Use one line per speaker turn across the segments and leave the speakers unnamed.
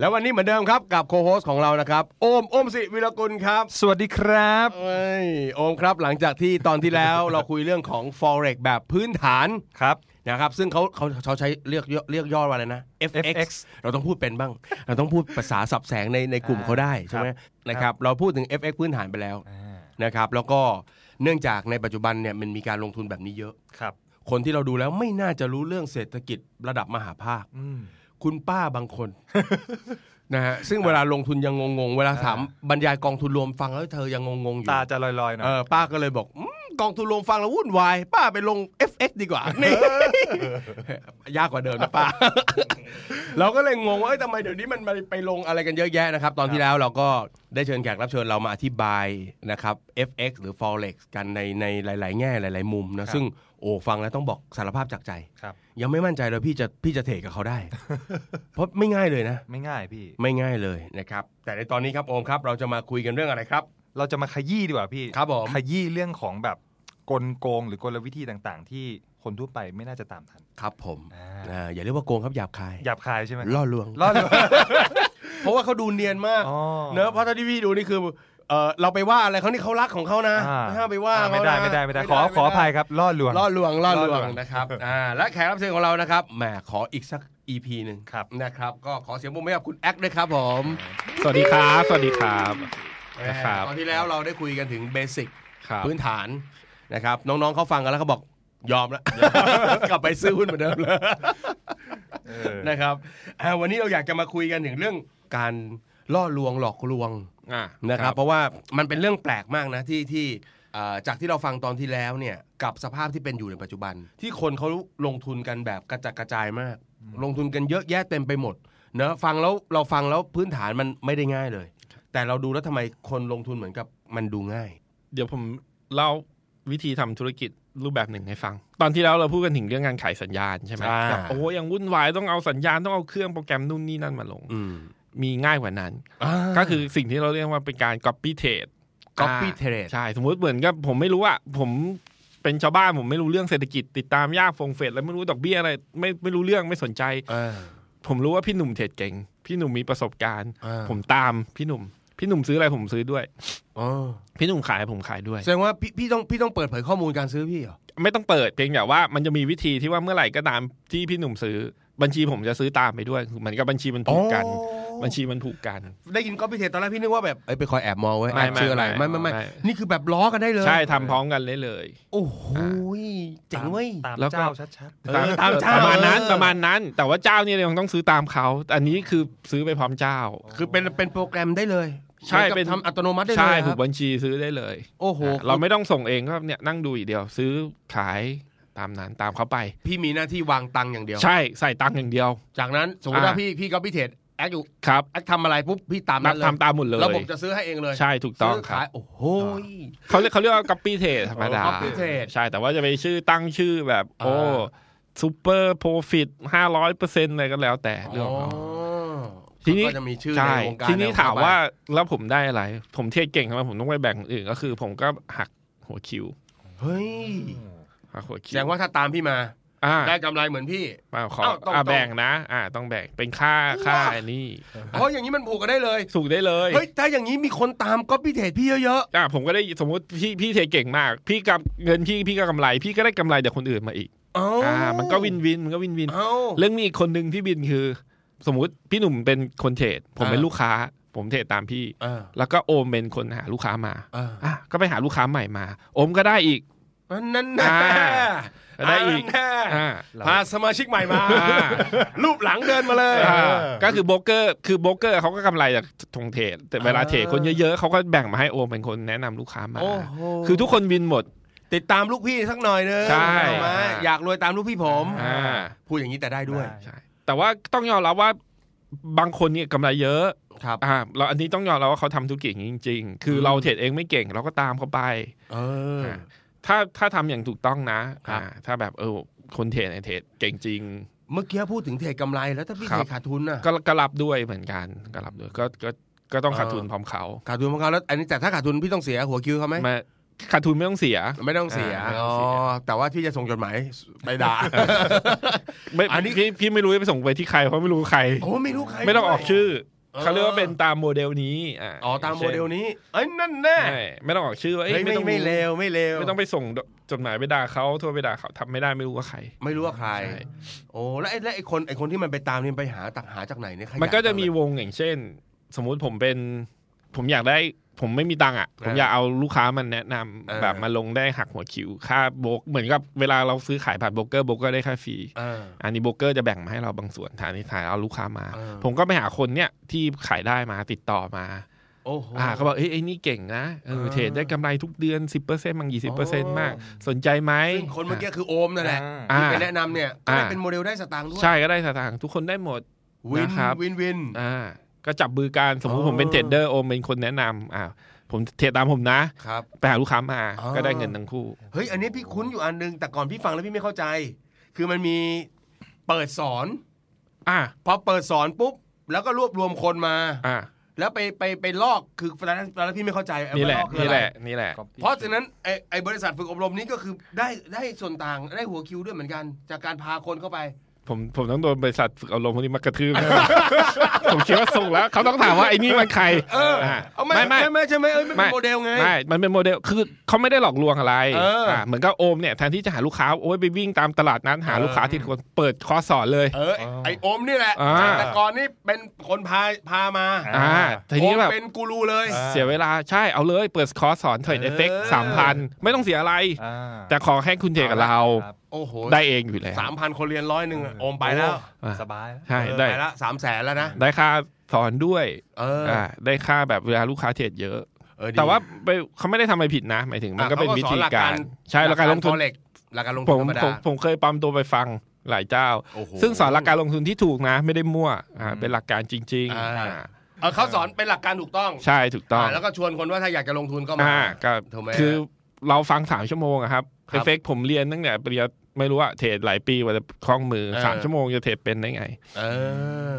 แล้ววันนี้เหมือนเดิมครับ กับโคโฮสของเรานะครับ โอม โอมสิวิรกุลครับ
สวัสดีครับ
เอ้ยโอมครับ หลังจากที่ตอนที่แล้ว เราคุยเรื่องของ forex แบบพื้นฐาน
ครับ
นะครับ ซึ่งเขาเขาเขาใช้เรียกย่อเรียกย่อว่าอะไรนะ FX
FX
เราต้องพูดเป็นบ้าง เราต้องพูดภาษาสับแสงในในกลุ่มเขาได้ใช่ไหมนะครับ เราพูดถึง FX พื้นฐานไปแล้วนะครับแล้วก็เนื่องจากในปัจจุบันเนี่ยมันมีการลงทุนแบบนี้เยอะ
ครับ
คนที่เราดูแล้วไม่น่าจะรู้เรื่องเศรษฐกิจระดับมหาภาค
อืม
คุณป้าบางคน นะฮะซึ่งเวลาลงทุนยังงงๆ เวลาถามบรรยายกองทุนรวมฟังแล้วเธอยังงงๆอยู่
ตาจะลอยๆหน่อ
เอยอป้าก็เลยบอกอืมกองทุนรวมฟังแล้ววุ่นวาย ป้าไปลง FX ดีกว่า นี่ ยากกว่าเดิมนะป้า เราก็เลยงงว่าเอ้ยทำไมเดี๋ยวนี้มันไปลงอะไรกันเยอะแยะนะครับ ตอนที่แล้วเราก็ได้เชิญแขกรับเชิญเรามาอธิบายนะครับ FX หรือ Forex กันในในหลาย ๆ แง่หลาย ๆ มุมนะซึ่งโอ้ฟังแล้วต้องบอกสารภาพจากใจ
ครับ
ยังไม่มั่นใจเลยพี่จะพี่จะเทรดกับเขาได้ เพราะไม่ง่ายเลยนะ
ไม่ง่ายพี่
ไม่ง่ายเลยนะครับ แต่ในตอนนี้ครับโอมครับ เราจะมาคุยกันเรื่องอะไรครับ
เราจะมาขยี้ดีกว่าพี่
ครับผม
ขยี้เรื่องของแบบกลโกงหรือกลวิธีต่างๆ ที่คนทั่วไปไม่น่าจะตามทัน
ครับผม
อ่า
อ่าอย่าเรียกว่าโกงครับหยาบคาย
หยาบคายใช่ไหม
ล่อลวง
ล่อลวง
เพราะว่าเขาดูเนียนมาก
อ๋อ
เนอะเพราะเท่าที่พี่ดูนี่คือเออเราไปว่าอะไรเขานี่เขารักของเขานะ
อ่
ไม่ห้ามไปว่า
อ่
เขา
ไม่ได้
นะ
ไม่ได้ไม่ได้ขอขออภัยครับล่อลวง
ล่อลวงล่อ
ล่
ล
อล
ว
ว
ง
ง
นะครับอ่าและแขกรับเชิญของเรานะครับแหมขออีกสัก EP หนึ่ง
ครับ
นะครับ ก็ขอเสียงปรบมือให้กับคุณแอคด้วยครับผม
สวัสดีครับ สวัสดีครับ นะครับ
ตอนที่แล้วเราได้คุยกันถึงเบสิก
ครับ
พื้นฐานนะครับ น้องๆเขาฟังกันแล้วเขาบอกยอมแล้ว กลับไปซื้อหุ้นเหมือนเดิมเลย
เออ
นะครับอ่าวันนี้เราอยากจะมาคุยกันถึงเรื่องการล่อลวงหลอกลวง
อ่านะ
นะครับ เพราะว่ามันเป็นเรื่องแปลกมากนะที่ที่อ่าจากที่เราฟังตอนที่แล้วเนี่ยกับสภาพที่เป็นอยู่ในปัจจุบัน ที่คนเขาลงทุนกันแบบกระจัดกระจายมาก ลงทุนกันเยอะแยะเต็มไปหมดเนอะฟังแล้วเราฟังแล้วพื้นฐานมันไม่ได้ง่ายเลย แต่เราดูแล้วทำไมคนลงทุนเหมือนกับมันดูง่าย
เดี๋ยวผมเล่าวิธีทำธุรกิจรูปแบบหนึ่งให้ฟัง ตอนที่แล้วเราพูดกันถึงเรื่องการขายสัญญาณใช่ไหม
อ่า
แบบโอ้ยยังวุ่นวายต้องเอาสัญญาณต้องเอาเครื่องโปรแกรมนู่นนี่นั่นมาลง
อืม
มีง่ายกว่านั้น ก็คือสิ่งที่เราเรียกว่าเป็นการ copy trade
Copy
อ่า
trade
ใช่ สมมุติเหมือนกับผมไม่รู้อะผมเป็นชาวบ้านผมไม่รู้เรื่องเศรษฐกิจติดตามยากฟงเฟดแล้วไม่รู้ดอกเบี้ยอะไรไม่ไม่รู้เรื่องไม่สนใจ ผมรู้ว่าพี่หนุ่มเทรดเก่ง พี่หนุ่มมีประสบการณ์
อ่า
ผมตามพี่หนุ่ม พี่หนุ่มซื้ออะไรผมซื้อด้วย
อ๋อ
พี่หนุ่มขายผมขายด้วย
แสดงว่าพี่พี่ต้องพี่ต้องเปิดเผยข้อมูลการซื้อพี่เหรอ
ไม่ต้องเปิดเพียงแต่ว่ามันจะมีวิธีที่ว่าเมื่อไหร่ก็ตามที่พี่หนุ่มซื้อ บัญชีผมจะซื้อตามไปด้วยคือเหมือนกับบัญชีมันผูกกัน
อ๋อ
บัญชีมันผูกกัน
ได้ยินก็พิเศษตอนแรกพี่นึกว่าแบบเอ้ยไปคอยแอบมองไว้
ไม่
แอบชื่ออะไร
ไม่
ไม่ไม่ไม่
ไม่
นี่คือแบบล้อกันได้เลย
ใช่ทำพร้อมกันเลยเลย
โอ้โหเจ๋งเว้ย
ตาม
แล้วก็
เจ้าชัด
เออตามเจ้า
ประมาณนั้นประมาณนั้น แต่ว่าเจ้าเนี่ยยังต้องซื้อตามเขาแต่อันนี้คือซื้อไปพร้อมเจ้า
คือเป็นเป็นโปรแกรมได้เลย
ใช่
หมือกับ
เป็น
ทำอัตโนมัติได้เลย
ใช่
ค
ผู
รั
กบัญชีซื้อได้เลย
โอ้โห
อ่ะเราไม่ต้องส่งเองก็เนี่ยนั่งดูอีกเดียว ซื้อขายตามนั้นตามเขาไป
พี่มีหน้าที่วางตังค์อย่างเดียว
ใช่ใส่ตังค์อย่างเดียว
จากนั้นสมมติว่า
อ่า
พี่พี่ก็พิเศษแอคอยู่
ครับ
แอคทำอะไรปุ๊บพี่ตามนั้นเลย
ทำตามหมดเลย
ระบบจะซื้อให้เองเลย
ใช่ถูกต้อง
ซื้
ครับ
ขายโอ้โห
เขาเรียกเขาเรียกว่า copy trade ธรรมดา
อ๋อ copy trade
ใช่แต่ว่าจะไปชื่อตั้งชื่อแบบโอ้
อ่า
ซูเปอร์โปรฟิตห้าร้อยเปอร์เซ็นต์อะไรก็แล้วแต่เรื่องของเขา ทีนี้
เขาก็จะมีชื่อ
ใช่
ในวงการ
ทีนี้ถาม
เขไป
ว่าแล้วผมได้อะไร ผมเทรดเก่งทำไมผมต้องไปแบ่งคนอื่น ก็คือผมก็หักหัวคิว
เฮ้ย
หักหัวคิ
แสดงว่าถ้าตามพี่มา
อ่า
ได้กำไรเหมือนพี่
มาขอ
เอ้าต้องต้
อ่า
อง
แบ่งนะ อ่าต้องแบ่งเป็นค่าค่า
ว้า
อันนี้
เพราะอย่างนี้มันผูกกันได้เลย
ถูกได้เลย
เฮ้ย ถ้าอย่างนี้มีคนตามก็พี่เทรดพี่เยอะ
อ่าผมก็ได้สมมติพี่พี่เทรดเก่งมาก พี่กับเงินพี่พี่ก็กำไร พี่ก็ได้กำไรจากคนอื่นมาอีก
ๆเอ้า
อ่ามันก็วินวินมันก็วินวิน
เอ้า
เรื่องมีอีกคนหนึ่งที่บินคือ สมมติพี่หนุ่มเป็นคนเทรดผมเป็น
อ่า
ลูกค้า ผมเทรดตามพี่
อ่า
แล้วก็โอมเป็นคนหาลูกค้ามา
อ่า
อ่ะก็ไปหาลูกค้าใหม่มา โอมก็ได้อีก
นั่นนะ
อ่าได้อีก
นน่ะ
อ่า
พาสมาชิกใหม่มา
อ่า
รูปหลังเดินมาเลย
อ่าก็คือโบรกเกอร์คือโบรกเกอร์เขาก็กำไรจากทงเทรดแต่เวลาเทรดคนเยอะๆเขาก็แบ่งมาให้โอมเป็นคนแนะนำลูกค้ามา
โอ้โห
คือทุกคนวินหมด
ติดตามลูกพี่สักหน่อยนึง
ใช่
เอามาอยากรวยตามลูกพี่ผม
อ่า
พูดอย่างนี้แต่ได้
ๆ
ด้วย
ใช่แต่ว่าต้องยอมรับว่าบางคนเนี่ยกำไรเยอะ
ครับ
อ่าเราอันนี้ต้องยอมรับว่าเขาทำธุรกิจอย่างนี้จริง ๆ คืออ
ม
เราเทรดเองไม่เก่งเราก็ตามเขาไป
เออ
อ่า ถ้าถ้าทำอย่างถูกต้องนะ
ครั
อ่า
บ
ถ้าแบบเออคนเทรดเนี่ยเทรดเก่งจริง
เมื่อกี้พูดถึงเทรดกำไรแล้วถ้าพี่
ครั
เทร
บ
ดขาดทุนน่ะ
ก็ก็รับด้วยเหมือนกันก็รับด้วยก็ก็ก็ต้อง
เออ
ขาดทุนพร้อมเขา
ขาดทุนของเขาแล้วอันนี้แต่ถ้าขาดทุนพี่ต้องเสียหัวคิวเขาไหม
มาขาดทุนไม่ต้องเสีย
ไม่ต้องเสีย
อ่าไม่ต้
อ๋
อ
อง
เสีย
แต่ว่าพี่จะส่งจดหมายไปด่า
ไม่
อันนี้
พี่พี่ไม่รู้จะไปส่งไปที่ใครเพราะไม่รู้ใคร
โอ้ไม่รู้ใคร
ไม่ต้องออกชื่อ
เออ
เขาเรียกว่าเป็นตามโมเดลนี้อ่ะ
อ๋อตามโมเดล
ช่น
นี้เอ้ยนั่นแน่
ใช่ไม่ต้องออกชื่อว่าเอ้ย
เฮ้ยไม่
ต้อง
ไม่เลวไม่เลว
ไม่ต้องไปส่งจดหมายไปด่าเขาโทรไปด่าเขาทำไม่ได้ไม่รู้ว่าใคร
ไม่รู้ว่าใคร
ใช่
โอ้แล้วไอ้แล้วไอ้คนไอ้คนที่มันไปตามนี่ไปหาตักหาจากไหนเนี่ยขยั
มันก็จะมี
จังเลย
วงอย่างเช่น สมมุติผมเป็น ผมอยากได้ ผมไม่มีตังค์อ่ะ ผมอยากเอาลูกค้ามันแนะนำ
เออ
แบบมาลงได้หักหัวคิว ค่าโบรกเหมือนกับเวลาเราซื้อขายผ่านโบรกเกอร์โบรกเกอร์ได้ค่าฟรี
อ่า
อันนี้โบรกเกอร์จะแบ่งมาให้เราบางส่วนฐานที่ขายเอาลูกค้ามา
เออ
ผมก็ไปหาคนเนี้ยที่ขายได้มาติดต่อมา
โอ้โห
อ่าเขาบอกเอ้ยไอ้นี่เก่งนะเออ
อ่า
เทรดได้กำไรทุกเดือน 10%บาง 20%มาก
อ๋
สนใจไหม
ซึ่งคนเมื่อกี้คือโอมนั่นแหละ
อ่า
ที่ไปแนะนำเนี่ยก็ได้
อ่า
เป็นโมเดลได้สตางค์ด้วย
ใช่ก็ได้สตางค์ทุกคนได้หมด
วิน
นะครับ
วินวิน
อ่าก็จับมือกันสมมุติ
อ๋อ
ผมเป็นเทรดเดอร์โอมเป็นคนแนะนำอ่าผมเทรดตามผมนะ
ครับ
ไปหาลูกค้ามา
อ๋อ
ก็ได้เงินทั้งคู่
เฮ้ย อันนี้พี่คุ้นอยู่อันนึง แต่ก่อนพี่ฟังแล้วพี่ไม่เข้าใจ คือมันมีเปิดสอน
อ่า
พอเปิดสอนปุ๊บ แล้วก็รวบรวมคนมา
อ่า
แล้วไปไปไปลอกคือตอนนั้นตอนนั้นพี่ไม่เข้าใจไอ้
นี่แหละ
ว่าอกคือ
นี่
อ
แห
ไร
ละนี่แหละ
เพราะฉะนั้นไอไอบริษัทฝึกอบรมนี้ก็คือได้ได้ส่วนต่างได้หัวคิวด้วยเหมือนกัน จากการพาคนเข้าไป
ผมผมต้องโดนบริษัทฝึกอารมณ์พวกนี้มากระทืบ ผมคิดว่าส่งแล้ว เขาต้องถามว่าไอ้นี่มันใคร
เออ
อ่า
เอา
ไม่
ไม่
ไม่
ไม่ไม่ใช่ไหมเอ้ยมันเป็
ไม่
นโมเดลไง
ไม่ มันเป็นโมเดล คือเขาไม่ได้หลอกลวงอะไร
เอออ่
าเหมือนกับโอมเนี่ย แทนที่จะหาลูกค้า โอ้ยไปวิ่งตามตลาดนั้นหา
เออ
ลูกค้าที่คนเปิดคอร์สสอนเลย
เออไอ้ไอโอมนี่แหละ
อ่า
แต่ก่อนนี่เป็นคนพาพามา
อ่า
อ่า ที
โอ
นี้
ม
แบบ
เป็นกูรูเลย
อ่า
เสียเวลา ใช่ เอาเลย เปิดคอร์สสอนเทรดเอฟเฟก
เออ
สามพันไม่ต้องเสียอะไร แต่ขอให้คุณเทรดกับเรา
โอ้โห
ได้เองอยู่แล้ว
สามพันคนเรียนร้อยหนึ่งอะโอมไปแล้ว
สบายแล้ว
ใช่
เออ
ได้
ไปละสามแสนแล้วนะ
ได้ค่าสอนด้วย
เออ
อ่าได้ค่าแบบเวลาลูกค้าเทรดเยอะ
เออดี
แต่ว่าไปเขาไม่ได้ทำอะไรผิดนะ หมายถึงมัน
อ่ะ
ก็เป็นวิธี
ขสอหลั
การ ใช่หลักการลงทุน
หลัก Forex หลักการลง
ผ
ทุน
ม
ธรรมดา
ผมผมเคยปั๊มตัวไปฟังหลายเจ้า
โอ้โห
ซึ่งสอนหลักการลงทุนที่ถูกนะ ไม่ได้มั่วอ่าเป็นหลักการจริง
อ่า
ๆอ่า
เออเขาสอนเป็นหลักการถูกต้อง
ใช่ถูกต้อง
อ่าแล้วก็ชวนคนว่าถ้าอยากจะลงทุนก็มา
อ่าก็
ถูกไหม
คือเราฟังสามชั่วโมงอะครับ
ค
เอ
รับ
ฟเฟกผมเรียนตั้งแต่ปริญญาไม่รู้อะเทรดหลายปีกว่าจะคล่องมือ
เออ
สามชั่วโมงจะเทรดเป็นได้ไง
เออ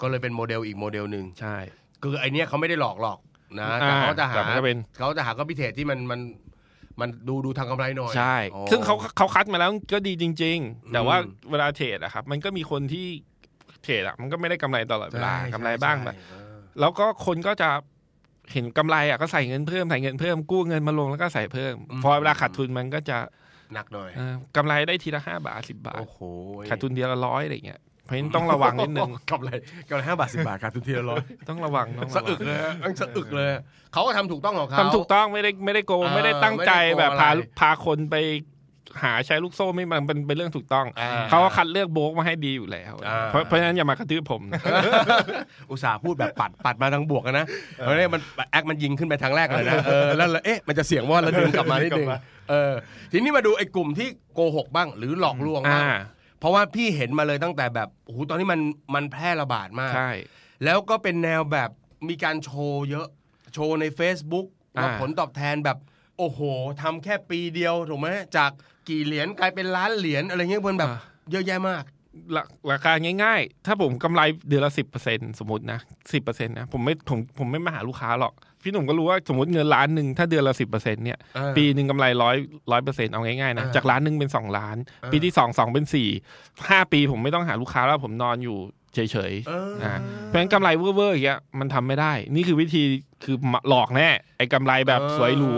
ก็เลยเป็นโมเดลอีกโมเดลหนึ่ง
ใช่
คือไอเนี้ยเขาไม่ได้หลอกหรอกนะแต่
อ่า
เขาจะหา
แต่มันก็เป็น
เขาจะหาก็พิเศษที่มันมันมันดูดูทางกำไรหน่อย
ใช่
อ๋อ
ซึ่งเขาเขาคัดมาแล้วก็ดีจริง
อืม
ๆ แต่ว่าเวลาเทรดอะครับ มันก็มีคนที่เทรดอะมันก็ไม่ได้กำไรตลอดเวลา
ใช่
กำไรบ้าง
ใช่
แบบ
เออ
แล้วก็คนก็จะเห็นกำไรอะก็ใส่เงินเพิ่มใส่เงินเพิ่มกู้เงินมาลงแล้วก็ใส่เพิ่ม พอเวลาขาดทุนมันก็จะ
หนักหน่อย
เออกำไรได้ทีละห้าบาทสิบาท
โอ้โห
ขาดทุนทีละร้อยอะไรเงี้ยเพราะฉะนั้นต้องระวังนิดนึง
กำไรกำไรห้าบาทสิบาทขาดทุนทีละร้อย
ต้องระวังต้องระ
สะ
วั
อึ
ง
กเลยฮะมันสะอึกเลย เขาก็ทำถูกต้องของเขา
ทำถูกต้องไม่ได้ไม่ได้โกง
เออ
ไม่ได้ตั้งใจ
ไม่ได้โกง
แบบพา
อะไร
พาคนไปหาใช้ลูกโซ่ไม่มันเป็นเป็นเรื่องถูกต้อง
อ่า
เขาก็คัดเลือกโบรกมาให้ดีอยู่แล้ว
อ่า
เพราะเพราะฉะนั้นอย่ามากระทืบผมนะ
อุตส่าห์พูดแบบปัดปัดมาทางบวกอะนะเพราะเนี่ยมันแอคมันยิงขึ้นไปทางแรกเลยนะเออแล้วเอ๊ะมันจะเสียงว่าแล้วดึงกลับมานิดนึงเออทีนี้มาดูไอ้กลุ่มที่โกหกบ้าง หรือหลอกลวงบ้าง
อ่า
เพราะว่าพี่เห็นมาเลยตั้งแต่แบบโอ้โหตอนนี้มันมันแพร่ระบาดมาก
ใช่
แล้วก็เป็นแนวแบบมีการโชว์เยอะโชว์ใน Facebook ว่า
อ่า
ผลตอบแทนแบบ โอ้โหทำแค่ปีเดียวถูกไหมจากกี่เหรียญกลายเป็นล้านเหรียญอะไรเงี้ยเพื่อนแบบเยอะแยะมาก
ราราคาง่ายๆ ถ้าผมกำไรเดือนละสิบเปอร์เซ็นสมมตินะสิบเปอร์เซ็นนะผมไม่ผมผมไม่มาหาลูกค้าหรอก พี่หนุ่มก็รู้ว่าสมมติเงินล้านหนึ่งถ้าเดือนละสิบเปอร์เซ็นเนี่ย
เออ
ปีหนึ่งกำไรร้อยร้อยเปอร์เซ็นเอาง่ายๆนะ
เออ
จากล้านหนึ่งเป็นสองล้าน
เออ
ปีที่สองสองเป็นสี่ห้าปีผมไม่ต้องหาลูกค้าแล้วผมนอนอยู่เฉย
เออ
ๆนะเพราะฉะนั้นกำไรเว่อร์ๆอย่างเงี้ยมันทำไม่ได้ นี่คือวิธีคือหลอกแน่ไอ้กำไรแบบสวยหรู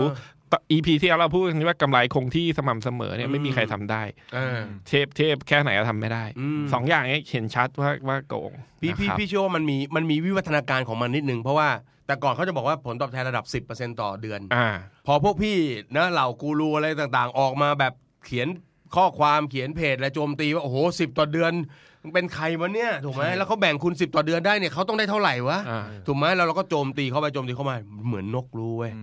ต EP ที่เราพูดกันว่ากำไรคงที่สม่ำเสมอเนี่ยไม่มีใครทำได้
เออ
เทพเทพแค่ไหนก็ทำไม่ได้
อืม
สองอย่างนี้เห็นชัดว่าว่าโกง
พี่พี่
นะครับ
พี่เชื่อว่ามันมีมันมีวิวัฒนาการของมันนิดนึง เพราะว่าแต่ก่อนเขาจะบอกว่าผลตอบแทนระดับ 10%ต่อเดือน
อ่า
พอพวกพี่นะเหล่ากูรูอะไรต่างๆ ออกมาแบบเขียนข้อความเขียนเพจและโจมตีว่า โอ้โหสิบต่อเดือนมึงเป็นใครวะเนี่ยถูกไหมแล้วเขาแบ่งคุณ 10 ต่อเดือนได้เนี่ยเขาต้องได้เท่าไหร่วะ
อ่า
ถูกไหมแล้วเราก็โจมตีเข้าไปโจมตีเข้ามา เหมือนนกรู้เว้ย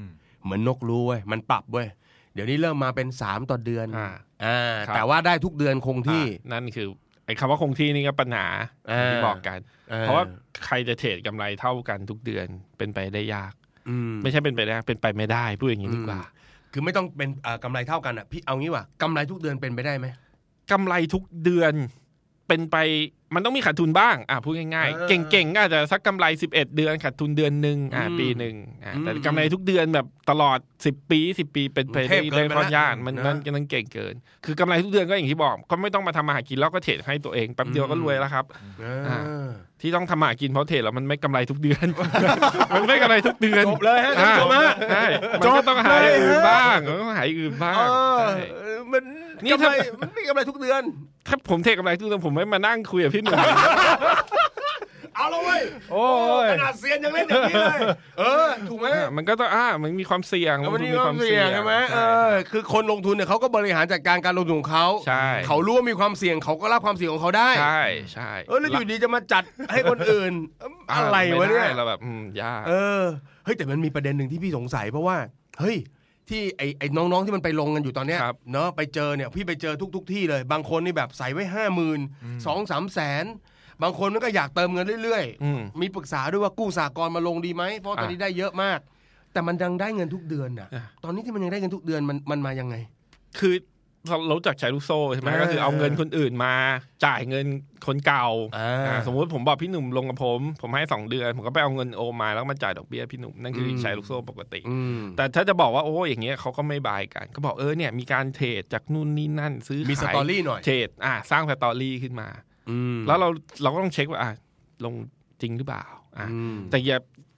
เหมือนนกรู้เว้ย มันปรับเว้ย เดี๋ยวนี้เริ่มมาเป็น 3 ต่อเดือน
อ่า
อ่า
ครับ
แต่ว่าได้ทุกเดือนคงที่
อ่านั่นคือไอ้คำว่าคงที่นี่ก็ปัญหา
อ่า
ที่บอกกัน
อ่
เพราะว่าใครจะเทรดกำไรเท่ากันทุกเดือนเป็นไปได้ยาก
อืม
ไม่ใช่เป็นไปได้ยากเป็นไปไม่ได้พูดอย่างนี้ดีกว่า
คือไม่ต้องเป็นอ่ากำไรเท่ากันอ่ะพี่เอางี้ว่ะกำไรทุกเดือนเป็นไปได้ไหม
กำไรทุกเดือนเป็นไปมันต้องมีขาดทุนบ้าง อ่ะพูดง่าย
เออ
ๆ เก่งๆก็อาจจะสักกำไร 11 เดือนขาดทุนเดือนหนึ่งอ่ะ
อืม
ปีหนึ่งอ่ะ
อืม
แต่กำไรทุกเดือนแบบตลอด 10 ปี 10 ปีเป็นไป
มันเทพเกิ
ได้
น
ได้
ไป
ค่อน
ละ
ยากมัน
นะ
นั่นก็นั่นเก่งเกิน คือกำไรทุกเดือนก็อย่างที่บอกก็ไม่ต้องมาทำมาหากินแล้วก็เทรดให้ตัวเองแป๊บเดียวก็
อืม
รวยแล้วครับ
เอ
อ่า
อ
ที่ต้องทำมาหากินเพราะเทรดแล้วมันไม่กำไรทุกเดือน มันไม่กำไรทุกเดือน
จบเลยฮะท่านผู้ชมฮะ
ใช่มัน
จบ
ก็ต้องหาอย่างอื่
เลยฮะ
นบ้างมันก็ต้องหาอย่างอื่นบ้าง
เออ
ใช่
มัน
นี่
กำไร
ถ้า
มันไม่กำไรทุกเดือน
ถ้าผมเทรดกำไรทุกเดือนผมไม่มานั่งคุยกับพี่หนุ่ม
เอาละเว้ย
โอ้ย
ขนาดเซียนยังเล่นอย่างนี้เลย เออ ถูกไหม
อ่ะมันก็ต้องอ่ามันมีความเสี่ยง
แล้วมัน
ลงทุ
มี
น
ความเสี่ยงใช่ไหมเออคือคนลงทุนเนี่ยเขาก็บริหารจัดการการลงทุนของเขา
ใช่
เขารู้ว่ามีความเสี่ยงเขาก็รับความเสี่ยงของเขาได้
ใช่ใช่
เออแล้วอยู่ดีจะมาจัดให้คนอื่นเอิ่ม
อ่า
อะไรวะเนี่ย
ม่ด้เราแบบอืมยาก
เออเฮ้ยแต่มันมีประเด็นหนึ่งที่พี่สงสัยเพราะว่า เฮ้ย ที่ไอ้ไอ้น้องๆที่มันไปลงกันอยู่ตอนเนี้ย
ครับ
เนาะไปเจอเนี่ยพี่ไปเจอทุก ๆ ที่เลย บางคนนี่แบบใส่ไว้ห้าหมื่นสองสามแสนบางคนมันก็อยากเติมเงินเรื่อย
อืม
มีปรึกษาด้วยว่ากู้สากลมาลงดีไหมเพราะตอนนี้ได้เยอะมาก แต่มันยังได้เงินทุกเดือนน่ะ
อ่ะ
ตอนนี้ที่มันยังได้เงินทุกเดือนมันมันมายังไง
คือเรารู้จักใช้ลูกโซ่ใช่ไหม
เออ
ก็คือเอาเงินคนอื่นมาจ่ายเงินคนเก่า
อ่า
อ่าสมมุติผมบอกพี่หนุ่มลงกับผม ผมให้สองเดือน ผมก็ไปเอาเงินโอมมาแล้วก็มาจ่ายดอกเบี้ยพี่หนุ่มนั่นคืออ
ม
ใช้ลูกโซ่ปกติ
อืม
แต่ถ้าจะบอกว่าโอ้อย่างเงี้ยเขาก็ไม่บายกัน ก็บอกเออเนี่ยมีการเทรดจากนู่นนี่นั่นซื้อ
มีส
ขาย
ตอรี่หน่อย
เทรดอ่าสร้างสตอรี่ขึ้นมา
อืม
แล้วเราเราก็ต้องเช็คว่าอ่ะลงจริงหรือเปล่าอ่ะ
อืม
แต่อย่า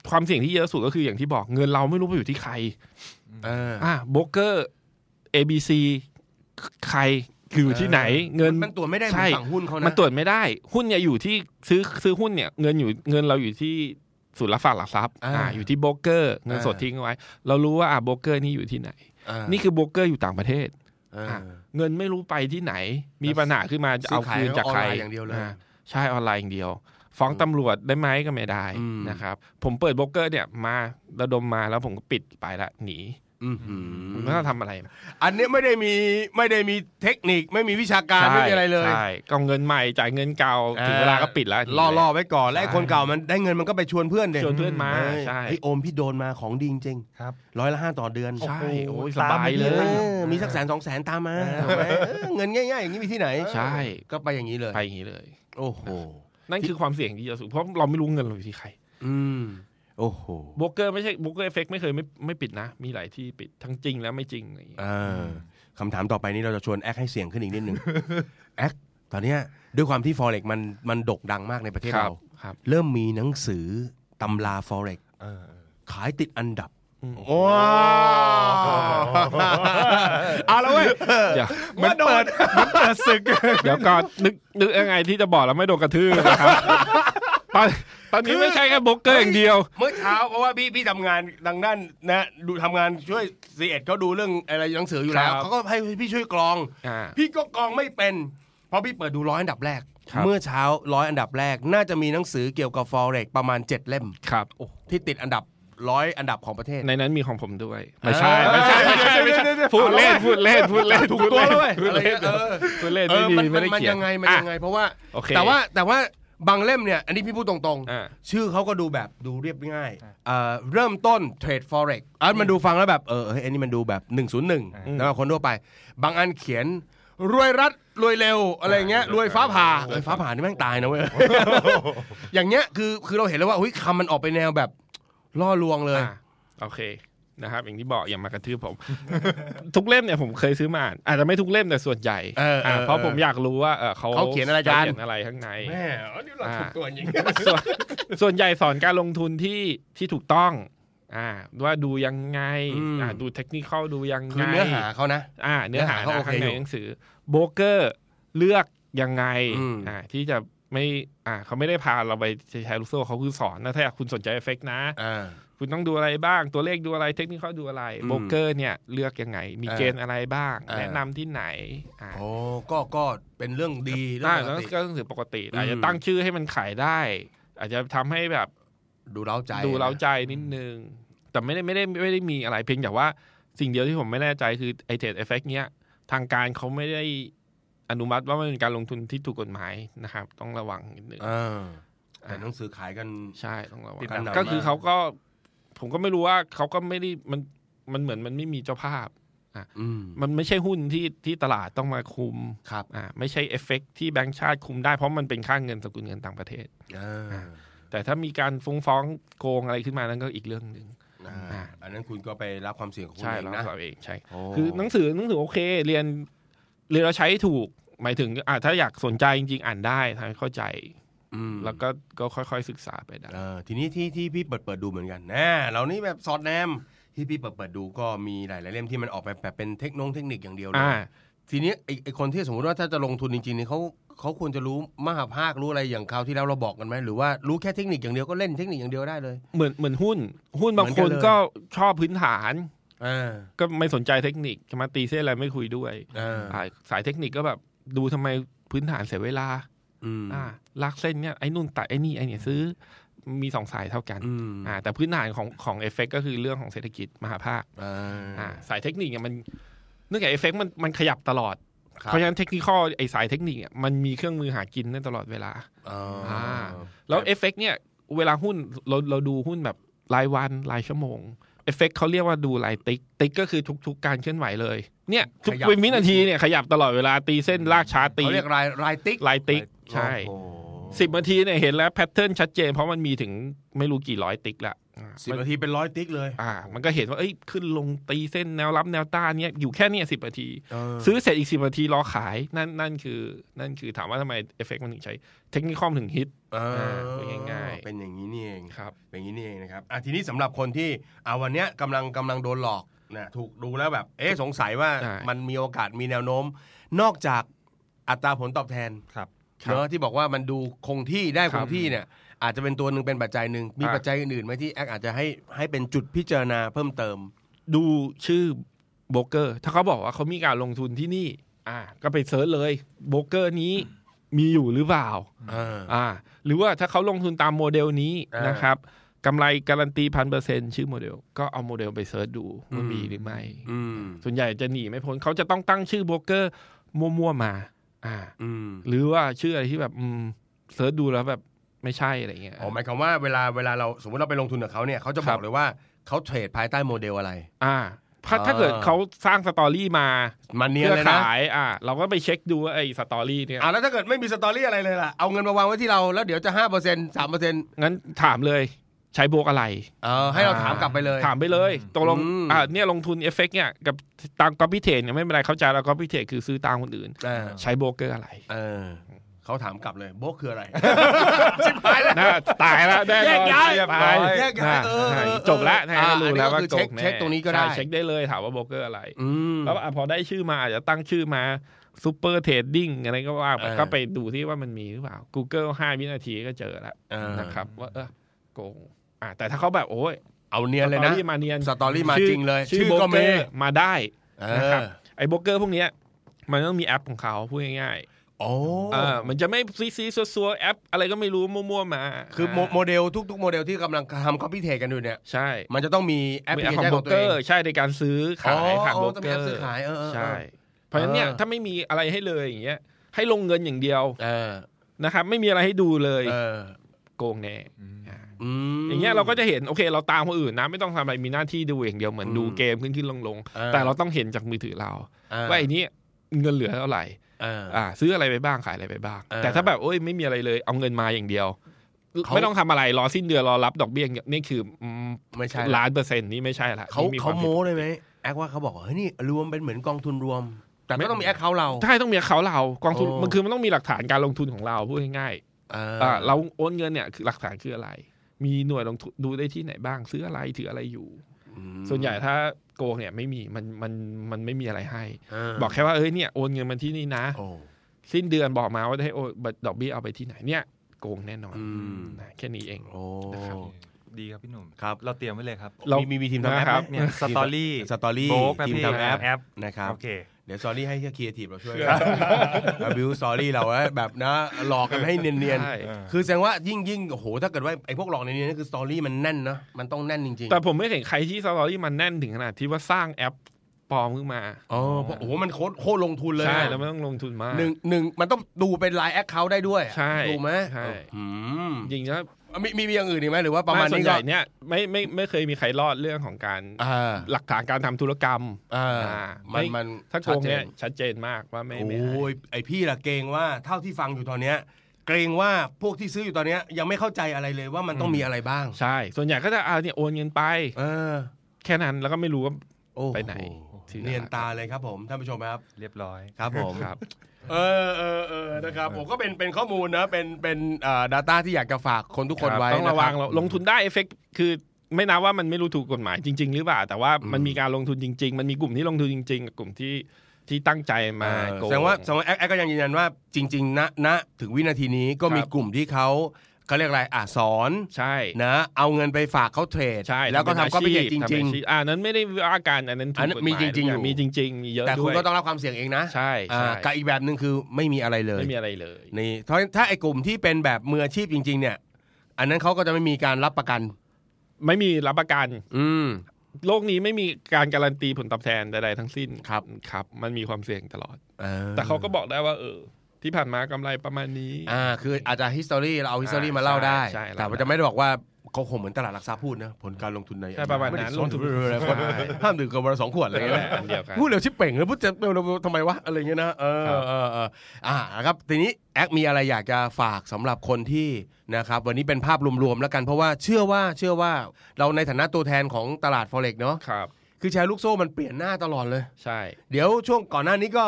ความเสี่ยงที่เยอะสุดก็คืออย่างที่บอกเงินเราไม่รู้ไปอยู่ที่ใคร
เออ
อ่ะโบรกเกอร์ ABC ใครคืออยู่ที่ไหน เงิน
มันตรวจไม่ได้เหมื
ใช่
อนฝั่งหุ้นเขานะ
มันตรวจไม่ได้ หุ้นเนี่ยอยู่ที่ซื้อซื้อหุ้นเนี่ยเงินอยู่เงินเราอยู่ที่ศูนย์รับฝากหลักทรัพย์
า
อ่ะอยู่ที่โบรกเกอร์เงินสด
อ่า
ทิ้งเอาไว้ เรารู้ว่าอ่ะโบรกเกอร์นี่อยู่ที่ไหน
อ่า
นี่คือโบรกเกอร์อยู่ต่างประเทศ
เออ
อ่ะ เงินไม่รู้ไปที่ไหน มีปัญหาขึ้นมาจะเอาคืนจากใคร
ซื้อขายออนไลน์อย่างเดียวเลย
ะใช่ออนไลน์อย่างเดียว ฟ้องตำรวจได้ไหมก็ไม่ได้
อืม
นะครับ ผมเปิดโบรกเกอร์เนี่ยมาระดมมาแล้วผมก็ปิดไปละหนี
อืมหื
ผม
อ
ไม่ต้องทำอะไร
อันเนี้ยไม่ได้มีไม่ได้มีเทคนิคไม่มีวิชาการไม่มีอะไรเลย
ใช่ก็เอาเงินใหม่จ่ายเงินเก่า
อ่า
ถึงเวลาก็ปิดแล้วหนี
ล่อ
เลย
ล่อไว้ก่อนแล้วไอ้
ใช่
คนเก่ามันได้เงินมันก็ไปชวนเพื่อนเด็
ชวนเพื่อนมาใช่
ไอ้ยโอมพี่โดนมาของดีจริง
ครับ
ร้อยละห้าต่อเดือน
ใช่โอ้ยส
ตาม
บา
ไป
ยเล
เรื่
เอย
ย
อมีสักแสนสองแสนตามมาถูกไหมเออเงินง่ายๆอย่างนี้มีที่ไหน
ใช่
ก็ไปอย่างนี้เลย
ไปอย่างนี้เลย
โอ้โห
นั่นคือความเสี่ยงที่เยอะสุดเพราะเราไม่รู้เงินเราอยู่ที่ใคร
อืมโอ้โห
โบรกเกอร์ไม่ใช่โบรกเกอร์เอฟเฟกไม่เคยไม่ไม่ปิดนะ มีหลายที่ปิดทั้งจริงและไม่จริงอะไรอย่างเงี้ย
อ่าคำถามต่อไปนี้เราจะชวนแอคให้เสียงขึ้นอีกนิดนึง แอคตอนเนี้ยด้วยความที่ฟอเร็กมันมันโด่งดังมากในประเทศ
ครั
เรา
บครับ
เริ่มมีหนังสือตำราฟอเร็ก
เออ
ขายติดอันดับ
อืม
ว้าเอาละเว้ย
เดี๋ยว
มันเปิด
มันเปิด ศึก
เดี๋ยวก่อนนึกนึกยังไงที่จะบอกแล้วไม่โดนกระทืบนะครับ ตอนตอนนี้ไม่ใช่แค่โบล็อกเกอร์อย่างเดียว
เมื่อเช้าเพราะว่าพี่พี่ทำงานดังนั้นนะดูทำงานช่วยซีเอ็ดเขาดูเรื่องอะไรหนังสืออยู่แล้ว
ครับ
เขาก็ให้พี่ช่วยกรอง
อ่า
พี่ก็กรองไม่เป็นเพราะพี่เปิดดูร้อยอันดับแรก
ครับ
เมื่อเช้าร้อยอันดับแรก น่าจะมีหนังสือเกี่ยวกับฟอเร็กประมาณเจ็ดเล่ม
ครับ
ที่ติดอันดับร้อยอันดับของประเทศ
ในนั้นมีของผมด้วย ไม่ใช่ไม่ใช่ไม่ใช่ไม่ใช่
เดี๋ยวเดี๋ยวเดี๋ยว
พูดเล่นพูดเล่นพูดเล่นถูกตัวเลย
อะไรเงี้ยเออ
พูดเล่น
เออ
ไม่มี
มันมั
ไม่ได้
น
เขียน
ยังไงมัน
อ่ะ
ยังไง เพราะว่า
โอเค
แต่ว่าแต่ว่าบางเล่มเนี่ย อันนี้พี่พูดตรง
อ่า
ๆ ชื่อเขาก็ดูแบบดูเรียบง่ายเอ่อเริ่มต้นเทรด forex อ่ะมันดูฟังแล้วแบบเออเฮ้ยอันนี้มันดูแบบ 101แล้วคนทั่วไป บางอันเขียนรวยรัดรวยเร็วอะไรเงี้ยรวยฟ้าผ่าเอ้ยฟ้าผ่านี่แม่งตายนะเว้ย อย่างเงี้ยคือคือเราเห็นแล้วว่าเฮ้ยคำมันออกไปแนวแบบล่อลวงเลย
อ่ะโอเคนะครับ อย่างที่บอกอย่ามากระทืบผม ทุกเล่มเนี่ยผมเคยซื้อมาอ่านอาจจะไม่ทุกเล่มแต่ส่วนใหญ่
เออเออ
อ่ะเพราะ
เออ
ผมอยากรู้ว่าเออเขา
เขาเขียนอะไรกัน
เขียนอะไรข้างใน
แม่อันนี้เราถูกตัวจริง
ส่วนส่วนใหญ่สอนการลงทุนที่ที่ถูกต้องอ่าว่าดูยังไง
อืม
อ่าดูเทคนิคดูยังไง
คือเนื้อหาเขานะ
อ่าเนื้อหา
เนื้อหาเขาโอ
ข้าง
เคอยู่
ในหนังสือโบรกเกอร์เลือกยังไง
อืม
อ่าที่จะไม่อ่าเขาไม่ได้พาเราไปใช้ลูกโซ่เขาคือสอนนะถ้าคุณสนใจเอฟเฟกนะ
อ่า
คุณต้องดูอะไรบ้าง ตัวเลขดูอะไรเทคนิคเขาดูอะไร
อืม
โบรกเกอร์เนี่ยเลือกยังไง มี
เออ
เกณฑ์อะไรบ้าง
เออ
แนะนำที่ไหนอ่า
โอ้ก็ก็เป็นเรื่องดีเรื่อ
อ่าง
ปก
แล้ว
ติ
ก็ต้องถือปกติ
อืม
อาจจะตั้งชื่อให้มันขายได้ อาจจะทำให้แบบ
ดูเร้าใจ
ดูเร้า
นะ
ใจนิดนึง แต่ไม่ได้ไม่ได้ไม่ได้มีอะไรเพียงแต่ว่าสิ่งเดียวที่ผมไม่แน่ใจคือไอเทดเอฟเฟกเนี้ย ทางการเขาไม่ได้อนุมัติว่ามันเป็นการลงทุนที่ถูกกฎหมายนะครับ ต้องระวังนิดนึง
เออแต่หนังสือขายกัน
ใช่ต้องระวัง
ติดตาม
ก็คือ
มา
เขาก็ ผมก็ไม่รู้ว่าเขาก็ไม่ได้มันมันเหมือนมันไม่มีเจ้าภาพ อ่ะ
อืม
มันไม่ใช่หุ้นที่ที่ตลาดต้องมาคุม
ครับ
อ่ะไม่ใช่เอฟเฟกที่แบงก์ชาติคุมได้เพราะมันเป็นค่าเงินสกุลเงินต่างประเทศ
อ่า
แต่ถ้ามีการฟ้องฟ้องโกงอะไรขึ้นมานั้นก็อีกเรื่องหนึ่ง
อ่า
อ่า
อันนั้นคุณก็ไปรับความเสี่ยงของคุณ
ใช่
เอง
เรา
นะ
เราเองใช่
โอ้
คือหนังสือหนังสือโอเค เรียนเรียนเราใช้ถูก หมายถึงอ่ะถ้าอยากสนใจจริงๆอ่านได้ทางเข้าใจ
อืม
แล้วก็ก็ค่อยๆศึกษาไปได้
เออทีนี้ที่ที่พี่เปิดเปิดดูเหมือนกันนะเรานี่แบบสอดแนมที่พี่เปิดเปิดดูก็มีหลายๆเล่มที่มันออกไปแบบเป็นเทคโนงเทคนิคอย่างเดียวเลย
อ่า
ทีนี้ไอ้ไอ้คนที่สมมติว่าถ้าจะลงทุนจริงๆเนี่ยเขาเขาควรจะรู้มหาภาครู้อะไรอย่างคราวที่แล้วเราบอกกันไหมหรือว่ารู้แค่เทคนิคอย่างเดียวก็เล่นเทคนิคอย่างเดียวได้เลย
เหมือนเหมือนหุ้น หุ้นบา
เห
ง
มือน
ค
กัน
น
เลย
ก็ชอบพื้นฐาน
อ่า
ก็ไม่สนใจเทคนิคจะมาตีเส้นอะไรไม่คุยด้วย
อ่า
อ่าสายเทคนิคก็แบบดูทำไมพื้นฐานเสียเวลา
อืม
อ่าลากเส้นเนี่ยไอ้นู่นตัดไอ้นี่ไอ้เนี่ยซื้อมีสองสายเท่ากัน
อืม
อ่าแต่พื้นฐานของของเอฟเฟกก็คือเรื่องของเศรษฐกิจมหาภาค
อ่า
อ่าสายเทคนิคเนี่ยมันเนื่องจากเอฟเฟกมันมันขยับตลอด
ครับ
เพราะฉะนั้นเทคนิคไอ้สายเทคนิคเนี่ยมันมีเครื่องมือหากินได้ตลอดเวลา
อ่า
อ่า แล้วเอฟเฟกเนี่ยเวลาหุ้นเราเราดูหุ้นแบบรายวันรายชั่วโมงเอฟเฟกเขาเรียกว่าดูรายติ๊กติ๊กก็คือทุกๆการเคลื่อนไหวเลยเนี่ยทุกวินาทีเนี่ยขยับตลอดเวลาตีเส้นลากชาร์ตตี
เขาเรียกรายรายติ๊ก
ลายติ๊กใช่
โอ้โห
สิบนาทีเนี่ยเห็นแล้วแพทเทิร์นชัดเจนเพราะมันมีถึงไม่รู้กี่ร้อยติ๊กละอ่า
สิบ
มัน
นาทีเป็นร้อยติ๊กเลย
อ่ามันก็เห็นว่าเอ้ยขึ้นลงตีเส้นแนวรับแนวต้านเนี่ยอยู่แค่เนี่ยสิบนาที
เออ
ซื้อเสร็จอีกสิบนาทีรอขายนั่นนั่นคือนั่นคือถามว่าทำไมเอฟเฟกมันถึงใช้เทคนิคอมถึงฮิต
เออ
อ่าพูดง่ายๆ
เป็นอย่างนี้นี่เอง
ครับ
อย่างนี้นี่เองนะครับอ่ะทีนี้สำหรับคนที่อ่าวันเนี้ยกำลังกำลังโดนหลอกนะถูกดูแล้วแบบ เอ๊ะสงสัยว่า
ใช่
มันมีโอกาสมีแนวโน้ม นอกจากอัตราผลตอบแทน
ครับ
ครับ
เนอะที่บอกว่ามันดูคงที่ได้
ค
ครับ งที่เนี่ย อาจจะเป็นตัวหนึ่งเป็นปัจจัยหนึ่งมี
อ่า
ปัจจัยอื่นๆไหมที่แอคอาจจะให้ให้เป็นจุดพิจารณาเพิ่มเติม
ดูชื่อโบรกเกอร์ ถ้าเขาบอกว่าเขามีการลงทุนที่นี่ อ่า ก็ไปเซิร์ชเลยโบรกเกอร์นี้มีอยู่หรือเปล่า อ่า หรือว่าถ้าเขาลงทุนตามโมเดลนี้
อ่าน
นะครับกำไรการันตีพันเปอร์เซ็นชื่อโมเดล ก็เอาโมเดลไปเซิร์ชดูว่า
อืม
มีหรือไม่
อืม
ส่วนใหญ่จะหนีไม่พ้นเขาจะต้องตั้งชื่อโบรกเกอร์มั่วๆมา อ่า
อืม
หรือว่าชื่ออะไรที่แบบอืมเซิร์ชดูแล้วแบบไม่ใช่อะไรเงี้ย
อ๋อหมายความว่าเวลาเวลาเราสมมติเราไปลงทุนกับเขาเนี่ยเขาจะบอ
ครั
ก
บ
เลยว่าเขาเทรดภายใต้โมเดลอะไร
อ่าถ้า
อ่า
ถ้าเกิดเขาสร้างสตอรี่มา
มันเนียน
เพื่อ
เลยนะ
ขายอ่า เราก็ไปเช็คดูว่าไอ้สตอรี่เนี่ย
อ่ะแล้วถ้าเกิดไม่มีสตอรี่อะไรเลยล่ะ เอาเงินมาวางไว้ที่เราแล้วเดี๋ยวจะห้าเปอร์เซ็นต์สามเปอร์เซ็นต์
งั้นถามเลยใช้โบรกอะไร
เออให้เราถามกลับไปเลย
ถามไปเลยตกลง
อืม
อ่าเนี่ยลงทุนเอฟเฟกเนี่ยกับตามก๊อปปี้เทรเนี่ยไม่เป็นไรเข้าใจแล้วก๊อปปี้เทรคือซื้อตามคนอื่น
เออ
ใช้โบรกเกอร์อะไร
เออเขาถามกลับเลยโบกคือ อะไร ชิบหายแล้ว
น่าตายแล้วแน่นอน
แยกย้าย
เรีบร้อย
แยกย้ายเออ
น่า
เออ
จบละนะ
อ่า
รู้แล้ว
อั
ว่าน
นี้ก็คือ
โก
เช็คเช็
งแน่
คตรงนี้ก็ได้
ใช่เช็คได้เลยถามว่าโบรกเกอร์อะไร
อืม
แล้วอ่ะพอได้ชื่อมาอาจจะตั้งชื่อมาซูเปอร์เทรดดิ้งอะไรก็ว่าไป
เออ
ก็ไปดูที่ว่ามันมีหรือเปล่า Google 5 วินาทีก็เจอแล้ว
เออ
นะครับ ว่าเออโกงอ่ะแต่ถ้าเขาแบบโอ้ย
เอาเนียนเลยนะ
สตอรี่มาเนียน
สตอรี่มา
ชื่อ
จริงเลย
ชื่
ชื่
อ
อ
โบร
ก็
กเก
มี
อร์มาได้
เอ
นะครับ
อ
ไอ้โบรกเกอร์พวกเนี้ยมันต้องมีแอปของเขาพูดง่าย
โอ้
ๆเออมันจะไม่ซีซีซัวๆแอป อะไรก็ไม่รู้มั่วๆมา
คือโม
า
โมเดลทุก ๆ โมเดลที่กำลังทำ copy t r a d e กันอยู่เนี่ย
ใช่
มันจะต้องมีแอปพลิ
มี
เคชั
แอปขอน ง
ข
โบร
อก งตัว
เก
เอ
อง ร์ใช่ในการซื้อขายผ่าน
อ๋
โบ
อ
รก
ต้อง
เก
มี
อ
แอป
ร์
ซื้อขายเออเออเออ
ใช่ เพราะฉะนั้นเนี่ยถ้าไม่มีอะไรให้เลยอย่างเงี้ยให้ลงเงินอย่างเดียว
เออ
นะครับ ไม่มีอะไรให้ดูเลย
เออ
โกงแน่อ่า
อืม
อย่างเงี้ยเราก็จะเห็นโอเค เราตามคนอื่นนะไม่ต้องทำอะไรมีหน้าที่ดูอย่างเดียวเหมือนดู
อืม
เกมขึ้นขึ้นลงลง
อ่า
แต่เราต้องเห็นจากมือถือเรา
อ่
ว่าไอ้นี้เงินเหลือเท่าไหร่
เออ
อ่าซื้ออะไรไปบ้างขายอะไรไปบ้าง
อ่า
แต่ถ้าแบบโอ้ยไม่มีอะไรเลยเอาเงินมาอย่างเดียว
เขา
ไม่ต้องทำอะไรรอสิ้นเดือนรอรับดอกเบี้ยอย่างเดียวนี่คืออืม
ไม่ใช่ละ
ล้านเปอร์เซ็นต์นี่ไม่ใช่ละ
เขา
นี่คว
เขา
ผิด
โม้เลยไหมแอคว่าเขาบอกว่าเฮ้ยนี่รวมเป็นเหมือนกองทุนรวม แต่
ไม่
ก็ต้องมีแอคเคาท์เรา
ใช่ต้องมีเขาเรากองทุน
โอ้
มันคือมันต้องมีหลักฐานการลงทุนของเราพูดง่ายๆ
เออ
อ่าเราโอนเงินเนี่ยคือหลักฐานคืออะไร มีหน่วยลงทุนดูได้ที่ไหนบ้าง ซื้ออะไรถืออะไรอยู่
อืม
ส่วนใหญ่ถ้าโกงเนี่ยไม่มีมันมันมันไม่มีอะไรให้
เ
บอกแค่ว่าเอ้ยเนี่ยโอนเงินมาที่นี่นะ
โอ้
สิ้นเดือนบอกมาว่าให้โอนดอกเบี้ยเอาไปที่ไหนเนี่ย โกงแน่นอน
อืม
นะแค่นี้เอง
โอ้
นะครับ
ดีครับพี่หนุ่ม
ครับ
เราเตรียมไว้เลยครับ
เรามี
มีมีทีมทำแอป
นะครับ
ไหม
เนี่ยสตอรี่
สตอรี่
โบกนะ
ทีม
พี่
ทำแอป
แอป
นะครับ
โอเค
เดี๋ยวสตอรี่ให้ครีเอทีฟเราช่วยบิวสตอรี่เราไว้แบบนะหลอกกันให้เนียน
ใช่
เออ
ๆ คือแสดงว่ายิ่งยิ่งโอ้โหถ้าเกิดว่าไอ้พวกหลอกเนียนๆนี่คือสตอรี่มันแน่นเนาะมันต้องแน่นจริงๆ
แต่ผมไม่เห็นใครที่สตอรี่มันแน่นถึงขนาดที่ว่าสร้างแอปปลอมขึ้นมา
อ๋อเพราะโอ้โหมันโคตรโคตรลงทุนเลย
ใช่
นะ
แล้วไม่ต้องลงทุนมาก
หนึ่งหนึ่งมันต้องดูเป็นไลน์แอคเคาท์ได้ด้วยอะ
ใช่
ถูกไหม
ใช่
อืม
จริงๆถ้า
มีมีมีอย่างอื่นอีกไหมหรือว่าประมาณ
ส่ว
นี้
นให
ก็
ญ่เนี่ยไม่ไม่ไม่เคยมีใครรอดเรื่องของการ
อ่า
หลักฐานการทำธุรกรรม
อ่า
อ่ามั
มัน
น
มัน
ถ้าโกงเนี่ยชัดเจนมากว่าไม่ไม่ให้
โอ้ยไอพี่ละเกรงว่าเท่าที่ฟังอยู่ตอนเนี้ย เกรงว่าพวกที่ซื้ออยู่ตอนเนี้ยยังไม่เข้าใจอะไรเลยว่ามันต้องมีอะไรบ้าง
ใช่ ส่วนใหญ่ก็จะเอาเนี่ยโอนเงินไป
เออ
แค่นั้นแล้วก็ไม่รู้ว่า
โอ้โ
ไปไหนที่ไหน
เนียนตาเลยครับผมท่านผู้ชมครับ
เรียบร้อย
ครับผม
ครับ
เออเออเออนะครับผมก็เป็นเป็นข้อมูลนะ เป็นเป็นอ่า data ที่อยากจะฝากคนทุกคนไว้
ต้องระวัง
นคบ
ลงทุนได้เอฟเฟกคือไม่นับว่ามันไม่รู้ถูกกฎหมายจริง ๆ หรือเปล่า แต่ว่ามัน
อืม
มีการลงทุนจริง ๆ มันมีกลุ่มที่ลงทุนจริงๆกับกลุ่มที่ที่ตั้งใจมา
เออ
โกง
แสดงว่าแสดงว่าแอ๊กแอ๊กก็ยังยืนยันว่าจริง ๆ นะณถึงวินาทีนี้ก็มี
ครับ
กลุ่มที่เขาเขาเรียกอะไรอ่ะสอน
ใช่
นะเอาเงินไปฝากเขาเทรด
ใช่
แล้วก็ทำก็เป็น
อา
เทร
ชี
ด
พ
จริง
ทำอาชีพอ่านั้นไม่ได้ว่าการอันนั้นถูก
อันนั้
ก
น
ฎหมาย
มีจริงๆอยู่
มีจริงๆมีเยอะ
แต่
ด้
คุณ
วย
ก็ต้องรับความเสี่ยงเองนะ
ใช่
อ่า
ใช่
กับอีกแบบหนึ่งคือไม่มีอะไรเลย
ไม่มีอะไรเลย
นี่เพราะถ้าไอ้กลุ่มที่เป็นแบบมืออาชีพจริง ๆ เนี่ย อันนั้นเขาก็จะไม่มีการรับประกัน
ไม่มีรับประกัน
อืม
โลกนี้ไม่มีการการันตีผลตอบแทนใดๆทั้งสิ้น
ครับ
ครับ มันมีความเสี่ยงตลอด
ออ
แต่เขาก็บอกได้ว่า เออ ที่ผ่านมากำไรประมาณนี้
อ่าคืออาจจะ history เราเอา history
อ่า
มาเล่าได้
ใช่ใช่เล่าได้
แต่ว่าจะไม่ได้บอกว่าเขาคงเหมือนตลาดหลักทรัพย์พูดนะ ผลการลงทุนใน
ใช่ประมาณนั้น
ไได้ส
ลงทุน
อะไร
ใช่
ห้ามดื่มเกินวันละสองขวดอะไร
นั่
เงี้
น
ย
แห
นะ
ละอันเดียวกัน
พูดเร็วชิบเป่งเลยพูดจะเร็วๆทำไมวะอะไรเงี้ยนะเออ
ครับ
เออเอออ่านะครับทีนี้แอคมีอะไรอยากจะฝากสำหรับคนที่นะครับวันนี้เป็นภาพรวมๆแล้วกันเพราะว่าเชื่อว่าเชื่อว่าเราในฐานะตัวแทนของตลาด forex เนาะ
ครับ
คือแชร์ลูกโซ่มันเปลี่ยนหน้าตลอดเลย
ใช่
เดี๋ยวช่วงก่อนหน้านี้ก็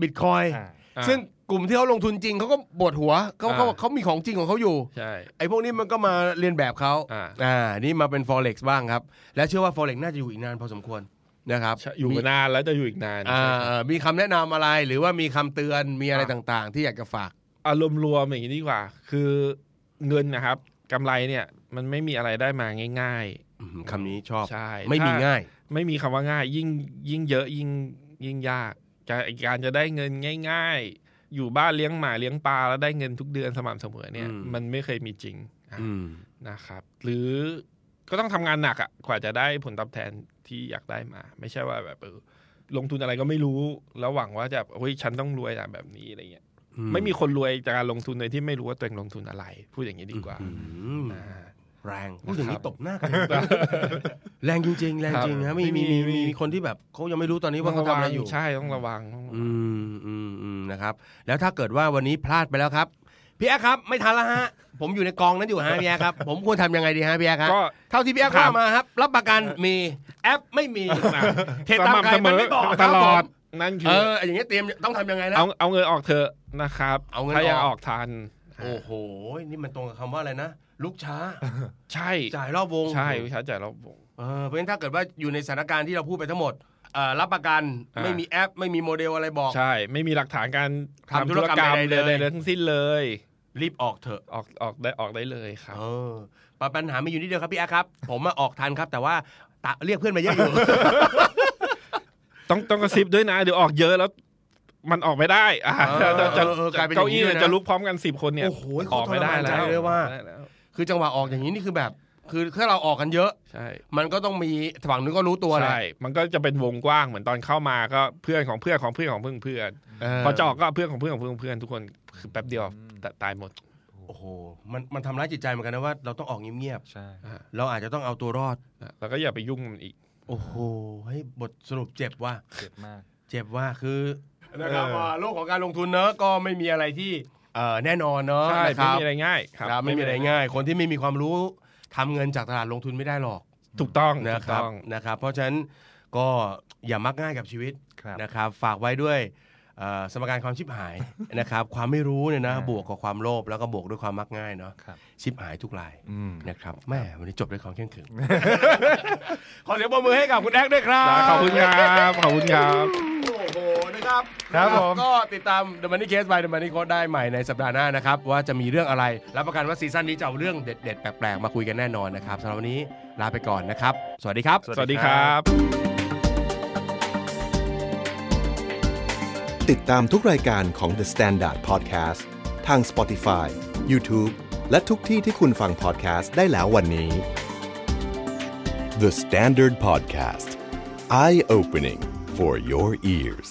บิตคอย
อ่า
อ่า
ซึ่งกลุ่มที่เขาลงทุนจริงเขาก็ปวดหัวเขาเขา
อ่า
เขามีของจริงของเขาอยู่
ใช่
ไอ้พวกนี้มันก็มาเรียนแบบเขา
อ่า
อ่านี่มาเป็น forex บ้างครับและเชื่อว่า forex น่าจะอยู่อีกนานพอสมควรนะครับ
ใช่อยู่
มี
มานานแล้วจะอยู่อีกนาน
อ่า
ใช่ครับ
มีคำแนะนำอะไรหรือว่ามีคำเตือนมีอะไรต่างๆ ที่อยากจะฝาก
อารมณ์รวมอย่างนี้ดีกว่า คือเงินนะครับกำไรเนี่ยมันไม่มีอะไรได้มาง่าย
อื้อหือคำนี้ชอบ
ๆ ใช่
ไม่มี
ถ้
ง่าย
ไม่มีคำว่าง่าย ยิ่งยิ่งเยอะยิ่งยิ่งยากการการจะได้เงินง่าย ๆ อยู่บ้านเลี้ยงหมาเลี้ยงปลาแล้วได้เงินทุกเดือนสม่ำเสมอเนี่ย มันไม่เคยมีจริงอ่ะ
อืม
นะครับ หรือก็ต้องทำงานหนักอะกว่าจะได้ผลตอบแทนที่อยากได้มา ไม่ใช่ว่าแบบเออลงทุนอะไรก็ไม่รู้ แล้วหวังว่าจะเฮ้ยฉันต้องรวยอะแบบนี้อะไรเงี้ย
อื
ไม่มี คนรวยจากการลงทุนโดยที่ไม่รู้ว่าตัวเองลงทุนอะไร พูดอย่างนี้ดีกว่า
อืม
อ่า
แรงพูดถึง
นะครับ
นี้ตบหน้ากัน แรงจริง ๆ แรงจริง
ครั
นะ
บ
มีมีมี
มีมี
มีคนที่แบบเขายังไม่รู้ตอนนี้ว่าเขาทำอะไรอยู่
ใช่ต้องระวังต้องระวัง
อืมอืมอืมนะครับ แล้วถ้าเกิดว่าวันนี้พลาดไปแล้วครับพี่แอ๊กครับ ไม่ทันแล้วฮะ ผมอยู่ในกองนั้นอยู่ฮ ะพี่แอ๊กครับ ผมควรทำยังไงดีฮะพี่แอ๊กครับ
ก็
เท่าที่พี่แอ๊ก
ครั
ว่า
บ
มาครับ รับประกันมีแอปไม่มี
อ่ะ
เทตามใครมันไม่บอก
ตลอ
ครั
ด
บผม
นั่นคื
เอ
อ
ออย่างเงี้ยเตรียมต้องทำยังไงแล้ว
เอาเอาเงินออกเถอะนะครับ
เอาเงินออก
ถ้ายังออกทัน
โอ้โห นี่มันตรงกับคำว่าอะไรนะ ลุกช้า
ใช่
จ่ายรอบวง
ใช่วิชาจ่ายรอบวง
เออเพราะฉะนั้นถ้าเกิดว่าอยู่ในสถานการณ์ที่เราพูดไปทั้งหมดเอ่อรับประกัน
อ่า
ไม่มีแอป ไม่มีโมเดลอะไรบอก
ใช่ ไม่มีหลักฐานการ
ทำธุรกรรมใดๆเลย
ใดๆทั้งสิ้นเลย
รีบออกเถอะ
ออกออกได้ออกได้เลยครับ
เออปัญปัญหาไม่อยู่นิดเดียวครับพี่อาครับ ผมมาออกทันครับ แต่ว่าตะเรียกเพื่อนมาเยอะอยู่
ต้องต้องกระซิบด้วยนะเดี๋ยวออกเยอะแล้ว มันออกไม่ได้อ่ะ
เออ
จะจะ
เออเออกลายเป็นอ
เก้า
ย่างนี้
อี้
ด้วยนะ
เนี่ยจะลุกพร้อมกันสิบคนเนี่ย
โอ้โหโคตร
ออกไม่ได้
ทรมานใจ
แล้ว
เลยว่า
ออกไม่ได้แล้ว
คือจังหวะออกอย่างนี้นี่คือแบบ คือถ้าเราออกกันเยอะ
ใช่
มันก็ต้องมีฝั่งนึงก็รู้ตัวแหละ
ใช่ มันก็จะเป็นวงกว้างเหมือนตอนเข้ามาก็เพื่อนของเพื่อนของเพื่อนของเพื่อนเพื่อน
เ
พอจอกก็เพื่อนของเพื่อนของเพื่อนของเพื่อนทุกคนคือแป๊บเดียวตตายหมด
โอ้โหมันมันทำร้ายจิตใจเหมือนกันนะว่าเราต้องออกเงียบ
ใช่
ๆเราอาจจะต้องเอาตัวรอด
อ่ะแล้วก็อย่าไปยุ่งมันอีก
โอ้โหให้ยบทสรุปเจ็บว่ะ
เจ็บมาก
เจ็บว่าคือนะครับว่าโลกของการลงทุนเนอะก็ไม่มีอะไรที่เอ่อแน่นอนเนอะ
ใช่
นะค
ไม่
รับ
มีอะไรง่ายค
ครั
รั
บบไม่มีอะไรง่าย คนที่ไม่มีความรู้ทำเงินจากตลาดลงทุนไม่ได้หรอก
ถูกต้อง
นะ
ถูก
ครับ
ต้อง
นะครับเพราะฉะนั้นก็อย่ามักง่ายกับชีวิต
ครับ
นะครับ ฝากไว้ด้วยเอ่อสมการความชิบหาย นะครับ ความไม่รู้เนี่ยนะบวกกับความโลภแล้วก็บวกด้วยความมักง่ายเนาะ
ครับ
ชิบหายทุกราย
อืม
นะครับแม่วันนี้จบด้วยของเที่ยงคืน ขอเสียงปรบมือให้กับคุณแอ๊กด้วยครับ
ขอบคุณครับ ขอบคุณครับ
โอ้โห นะครับ
ครับ
นะ
ผม
ก็ติดตาม The Money Case by The Money Code ได้ใหม่ในสัปดาห์หน้านะครับ ว่าจะมีเรื่องอะไร รับประกันว่าซีซั่นนี้จะเอาเรื่องเด็ด ๆ แปลก ๆ มาคุยกันแน่นอนนะครับสำหรับวันนี้ลาไปก่อนนะครับ สวัสดีครับ
สวัสดีครับ
ติดตามทุกรายการของ The Standard Podcast ทาง Spotify, YouTube และทุกที่ที่คุณฟัง podcast ได้แล้ววันนี้ The Standard Podcast Eye Opening for Your Ears